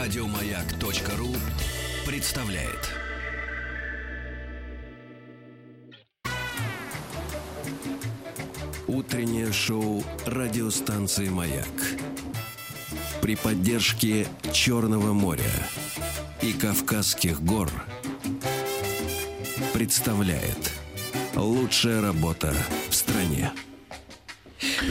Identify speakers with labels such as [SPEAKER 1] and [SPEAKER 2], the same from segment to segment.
[SPEAKER 1] Радиомаяк.ру представляет. Утреннее шоу радиостанции «Маяк». При поддержке Черного моря и Кавказских гор представляет лучшая работа в стране.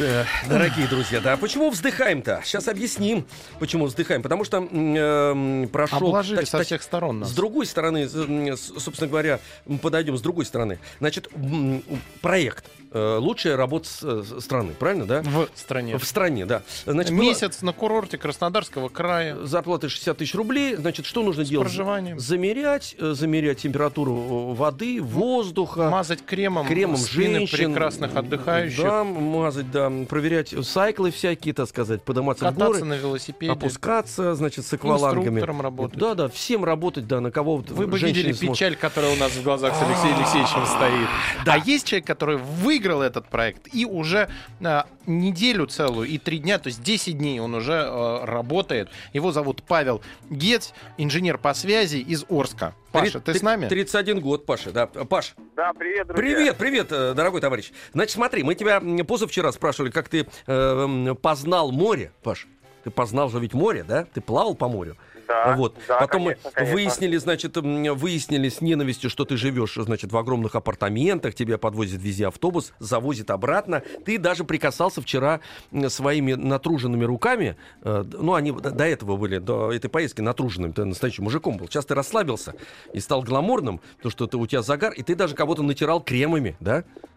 [SPEAKER 2] Э, Дорогие друзья, да, а почему вздыхаем-то? Сейчас объясним, почему вздыхаем. Потому что м, эм, прошел...
[SPEAKER 3] Обложили
[SPEAKER 2] так-
[SPEAKER 3] со
[SPEAKER 2] так-
[SPEAKER 3] всех сторон нас.
[SPEAKER 2] С другой стороны, с- м, с- собственно говоря, м, подойдем с другой стороны. Значит, м, проект э, «Лучшая работа с- э, страны», правильно, да?
[SPEAKER 3] В стране.
[SPEAKER 2] В стране, да. Значит, было-
[SPEAKER 3] Месяц на курорте Краснодарского края.
[SPEAKER 2] зарплаты 60 тысяч рублей, значит, что нужно делать?
[SPEAKER 3] проживанием.
[SPEAKER 2] Замерять, э, замерять температуру э, воды, воздуха.
[SPEAKER 3] Мазать кремом,
[SPEAKER 2] кремом
[SPEAKER 3] спины
[SPEAKER 2] женщин,
[SPEAKER 3] прекрасных отдыхающих.
[SPEAKER 2] Да, мазать, да, проверять сайклы всякие, так сказать, подниматься в горы.
[SPEAKER 3] кататься на велосипеде.
[SPEAKER 2] Опускаться, значит, с аквалангами.
[SPEAKER 3] Инструктором работать.
[SPEAKER 2] Да, да, всем работать, да, на кого
[SPEAKER 3] Вы бы видели печаль, которая у нас в глазах с Алексеем Алексеевичем стоит.
[SPEAKER 2] А, Да.
[SPEAKER 3] А есть человек, который выиграл этот проект и уже а, неделю целую и три дня, то есть 10 дней он уже а, работает. Его зовут Павел Гец, инженер по связи из Орска. Паша, ты с нами?
[SPEAKER 2] 31 год, Паша, да. Паш,
[SPEAKER 4] Да, привет, друзья.
[SPEAKER 2] привет, привет, э, дорогой товарищ. Значит, смотри, мы тебя м, позавчера спрашивали, как ты э, м, познал море, Паш. Ты познал же ведь море, да? Ты плавал по морю.
[SPEAKER 4] Да,
[SPEAKER 2] А вот.
[SPEAKER 4] да,
[SPEAKER 2] Потом
[SPEAKER 4] конечно,
[SPEAKER 2] мы
[SPEAKER 4] конечно.
[SPEAKER 2] выяснили, значит, м, выяснили с ненавистью, что ты живешь, значит, в огромных апартаментах, тебя подвозит везде автобус, завозит обратно. Ты даже прикасался вчера м, своими натруженными руками. э, д- Ну, они до до этого были, до этой поездки натруженными. Ты настоящим мужиком был. Сейчас ты расслабился и стал гламурным, потому что ты, у тебя загар, и ты даже кого-то натирал кремами, да?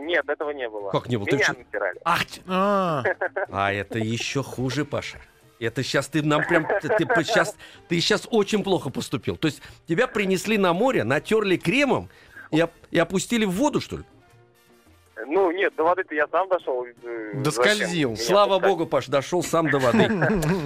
[SPEAKER 4] Нет, этого не было.
[SPEAKER 2] Как не было? Ты
[SPEAKER 4] Меня
[SPEAKER 2] что-
[SPEAKER 4] натирали.
[SPEAKER 2] Ах, т-
[SPEAKER 3] А,
[SPEAKER 2] а это еще хуже, Паша. Это сейчас ты нам прям... Ты, сейчас, ты сейчас очень плохо поступил. То есть тебя принесли на море, натерли кремом и, оп- и опустили в воду, что ли?
[SPEAKER 4] Ну, нет, до воды-то я сам дошел. э,
[SPEAKER 3] Доскользил.
[SPEAKER 4] Зачем? Меня
[SPEAKER 2] Слава
[SPEAKER 4] пускать.
[SPEAKER 2] богу, Паш, дошел сам до воды.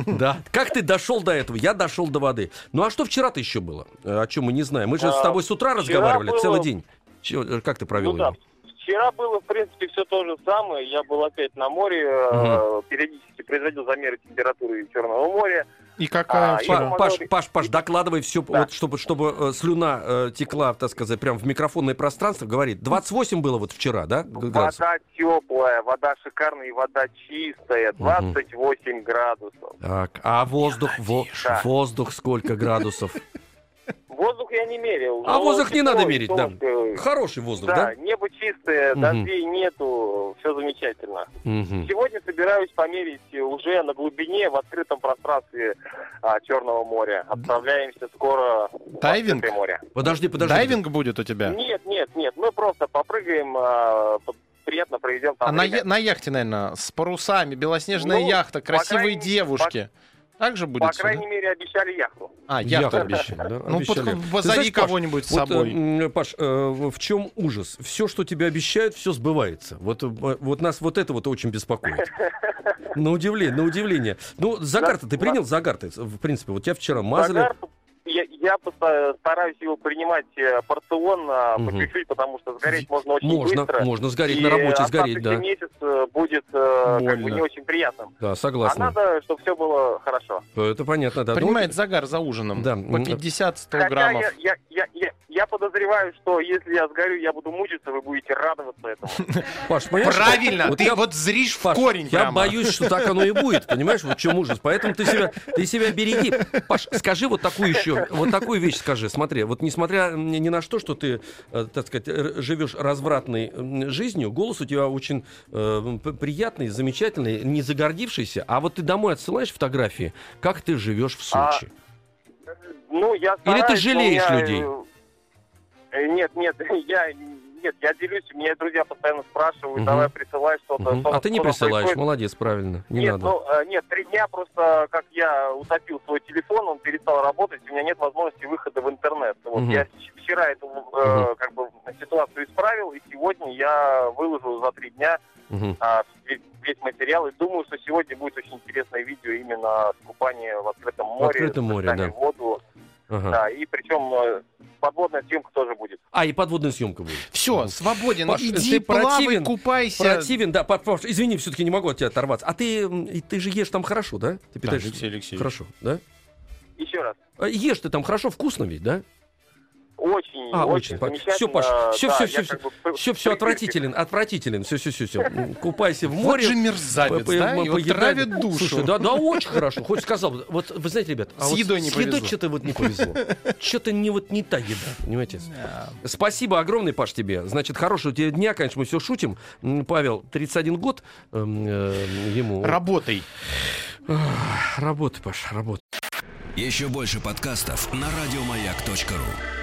[SPEAKER 2] Да. Как ты дошел до этого? Я дошел до воды. Ну а что вчера-то еще было? Э, О чем мы не знаем. Мы же с
[SPEAKER 4] А,
[SPEAKER 2] тобой с утра
[SPEAKER 4] вчера
[SPEAKER 2] разговаривали
[SPEAKER 4] было-
[SPEAKER 2] целый день. Чё, э, Как ты провел
[SPEAKER 4] Ну да,
[SPEAKER 2] его?
[SPEAKER 4] вчера было, в принципе, все то же самое. Я был опять на море, э, периодически производил замеры температуры Черного моря.
[SPEAKER 3] и какая
[SPEAKER 4] А,
[SPEAKER 3] вчера?
[SPEAKER 2] Па-
[SPEAKER 4] Ему
[SPEAKER 2] Паш,
[SPEAKER 4] говорит-
[SPEAKER 2] Паш, Паш, докладывай все, вот, чтобы, чтобы э, слюна э, текла, так сказать, прям в микрофонное пространство. Говорит, 28 было вот вчера, да?
[SPEAKER 4] Ну,
[SPEAKER 2] г- градусов?
[SPEAKER 4] Вода теплая, вода шикарная и вода чистая, 28 градусов.
[SPEAKER 2] Так, а воздух, во-
[SPEAKER 4] Да.
[SPEAKER 2] воздух сколько градусов?
[SPEAKER 4] Воздух я не мерил.
[SPEAKER 2] А
[SPEAKER 4] но
[SPEAKER 2] воздух не
[SPEAKER 4] тепло, э,
[SPEAKER 2] надо мерить, да.
[SPEAKER 4] солнышко.
[SPEAKER 2] Хороший воздух,
[SPEAKER 4] Да,
[SPEAKER 2] да?
[SPEAKER 4] небо чистое,
[SPEAKER 2] Мгм.
[SPEAKER 4] дождей нету, все замечательно.
[SPEAKER 2] Мгм.
[SPEAKER 4] Сегодня собираюсь померить уже на глубине в открытом пространстве а, Черного моря. Отправляемся скоро в
[SPEAKER 3] Дайвинг?
[SPEAKER 4] открытое море.
[SPEAKER 2] Подожди, подожди.
[SPEAKER 3] Дайвинг будет у тебя?
[SPEAKER 4] Нет, нет, нет, мы просто попрыгаем, а, п- приятно проведем там
[SPEAKER 3] А на,
[SPEAKER 4] время.
[SPEAKER 3] я- на яхте, наверное, с парусами, белоснежная
[SPEAKER 4] Ну,
[SPEAKER 3] яхта,
[SPEAKER 4] по
[SPEAKER 3] красивые
[SPEAKER 4] крайней-
[SPEAKER 3] девушки. Так же будет
[SPEAKER 4] По
[SPEAKER 3] всё,
[SPEAKER 4] крайней
[SPEAKER 3] да?
[SPEAKER 4] мере, обещали яхту.
[SPEAKER 3] А,
[SPEAKER 2] Яхта
[SPEAKER 3] яхта.
[SPEAKER 2] обещали, да?
[SPEAKER 3] Ну,
[SPEAKER 2] Обещали.
[SPEAKER 3] под-
[SPEAKER 2] Ты знаешь,
[SPEAKER 3] позови
[SPEAKER 2] Паш,
[SPEAKER 3] кого-нибудь с
[SPEAKER 2] вот, э,
[SPEAKER 3] собой.
[SPEAKER 2] м, Паш, э, в чем ужас? Все, что тебе обещают, все сбывается. Вот, э, вот нас вот это вот очень беспокоит. На удивление, на удивление. Ну, загар-то ты
[SPEAKER 4] Да.
[SPEAKER 2] принял загар ты, в принципе, вот тебя вчера мазали.
[SPEAKER 4] Загар, я, я поста- стараюсь его принимать э, порционно, по
[SPEAKER 2] Мгм.
[SPEAKER 4] чуть-чуть, потому что сгореть можно очень
[SPEAKER 2] Можно,
[SPEAKER 4] быстро.
[SPEAKER 2] можно сгореть
[SPEAKER 4] И
[SPEAKER 2] на работе, сгореть,
[SPEAKER 4] оставшийся
[SPEAKER 2] да.
[SPEAKER 4] месяц э, будет э, как бы
[SPEAKER 3] Больно.
[SPEAKER 4] не очень приятным.
[SPEAKER 2] Да,
[SPEAKER 4] А
[SPEAKER 2] согласна.
[SPEAKER 4] надо, чтобы все было хорошо.
[SPEAKER 2] Это понятно, да. Ну,
[SPEAKER 3] Принимает загар за ужином.
[SPEAKER 2] Да.
[SPEAKER 3] По 50-100
[SPEAKER 4] Хотя
[SPEAKER 3] граммов.
[SPEAKER 4] я, я, я, я, я подозреваю, что если я сгорю, я буду мучиться, вы будете радоваться этому.
[SPEAKER 2] Хм. Паш, понимаешь,
[SPEAKER 3] Правильно,
[SPEAKER 2] вот
[SPEAKER 3] ты
[SPEAKER 2] я-
[SPEAKER 3] вот зришь в
[SPEAKER 2] Паш,
[SPEAKER 3] корень
[SPEAKER 2] я
[SPEAKER 3] прямо.
[SPEAKER 2] боюсь, что так оно и будет, понимаешь, вот в чем ужас. Поэтому ты себя, ты себя береги. Паш, скажи вот такую еще, вот такую вещь скажи. Смотри, вот несмотря ни ни на что, что ты, э, так сказать, р- живешь развратной м, жизнью, голос у тебя очень э, п- приятный, замечательный, не загордившийся. А вот ты домой отсылаешь фотографии, как ты живешь в
[SPEAKER 4] А,
[SPEAKER 2] Сочи.
[SPEAKER 4] Ну,
[SPEAKER 2] Или
[SPEAKER 4] я
[SPEAKER 2] ты
[SPEAKER 4] стараюсь, но у
[SPEAKER 2] жалеешь
[SPEAKER 4] меня,
[SPEAKER 2] людей?
[SPEAKER 4] э, Нет, нет, я нет, я делюсь, меня друзья постоянно спрашивают,
[SPEAKER 2] Мгм.
[SPEAKER 4] давай присылай что-то.
[SPEAKER 2] Мгм.
[SPEAKER 4] что-
[SPEAKER 2] А ты не
[SPEAKER 4] что
[SPEAKER 2] присылаешь,
[SPEAKER 4] происходит.
[SPEAKER 2] молодец, правильно, не
[SPEAKER 4] нет,
[SPEAKER 2] надо.
[SPEAKER 4] ну, э, нет, три дня просто, как я утопил свой телефон, он перестал работать, у меня нет возможности выхода в интернет. Вот
[SPEAKER 2] Мгм.
[SPEAKER 4] я щ- вчера эту э, как бы ситуацию исправил, и сегодня я выложил за три дня
[SPEAKER 2] Мгм.
[SPEAKER 4] а, весь, весь материал. И думаю, что сегодня будет очень интересное видео именно с купания в открытом море.
[SPEAKER 2] открытом
[SPEAKER 4] с
[SPEAKER 2] море,
[SPEAKER 4] брызгами
[SPEAKER 2] да.
[SPEAKER 4] в Воду,
[SPEAKER 2] Ага.
[SPEAKER 4] да. И причем э, подводная съемка тоже будет.
[SPEAKER 2] А, и подводная съемка будет.
[SPEAKER 3] Все, свободен.
[SPEAKER 2] Паш,
[SPEAKER 3] Иди
[SPEAKER 2] ты
[SPEAKER 3] плавай,
[SPEAKER 2] противен.
[SPEAKER 3] купайся.
[SPEAKER 2] Противен, да, Пап, Паш, извини, все-таки не могу от тебя оторваться. А ты, м, и ты же ешь там хорошо, да? Ты
[SPEAKER 3] Да,
[SPEAKER 2] питаешься
[SPEAKER 3] Алексей Алексеевич.
[SPEAKER 2] хорошо, да?
[SPEAKER 4] Еще раз.
[SPEAKER 2] А Ешь ты там хорошо, вкусно ведь, да?
[SPEAKER 4] Очень,
[SPEAKER 2] А,
[SPEAKER 4] очень,
[SPEAKER 2] очень.
[SPEAKER 4] замечательно.
[SPEAKER 2] Всё, Паш, всё,
[SPEAKER 4] Да,
[SPEAKER 2] всё,
[SPEAKER 4] я
[SPEAKER 2] всё,
[SPEAKER 4] как бы п-
[SPEAKER 2] Все, все
[SPEAKER 4] привык.
[SPEAKER 2] отвратителен, отвратителен. Все, все, все, все. Купайся в
[SPEAKER 3] Вот
[SPEAKER 2] море.
[SPEAKER 3] же мерзавец,
[SPEAKER 2] П-
[SPEAKER 3] да?
[SPEAKER 2] п-
[SPEAKER 3] Его
[SPEAKER 2] поедает.
[SPEAKER 3] травят душу.
[SPEAKER 2] Слушай, да, да, очень хорошо. Хоть сказал, бы. вот вы знаете, ребят, а
[SPEAKER 3] С
[SPEAKER 2] вот
[SPEAKER 3] едой не
[SPEAKER 2] с едой
[SPEAKER 3] повезло.
[SPEAKER 2] что-то вот не повезло. Что-то не вот не та еда, понимаете?
[SPEAKER 3] Да.
[SPEAKER 2] Спасибо огромное, Паш, тебе. Значит, хорошего тебе дня, конечно, мы все шутим. М, Павел, 31 год эм, э, ему.
[SPEAKER 3] Работай.
[SPEAKER 2] Работа, Паш, работа.
[SPEAKER 1] Еще больше подкастов на радиомаяк.ру.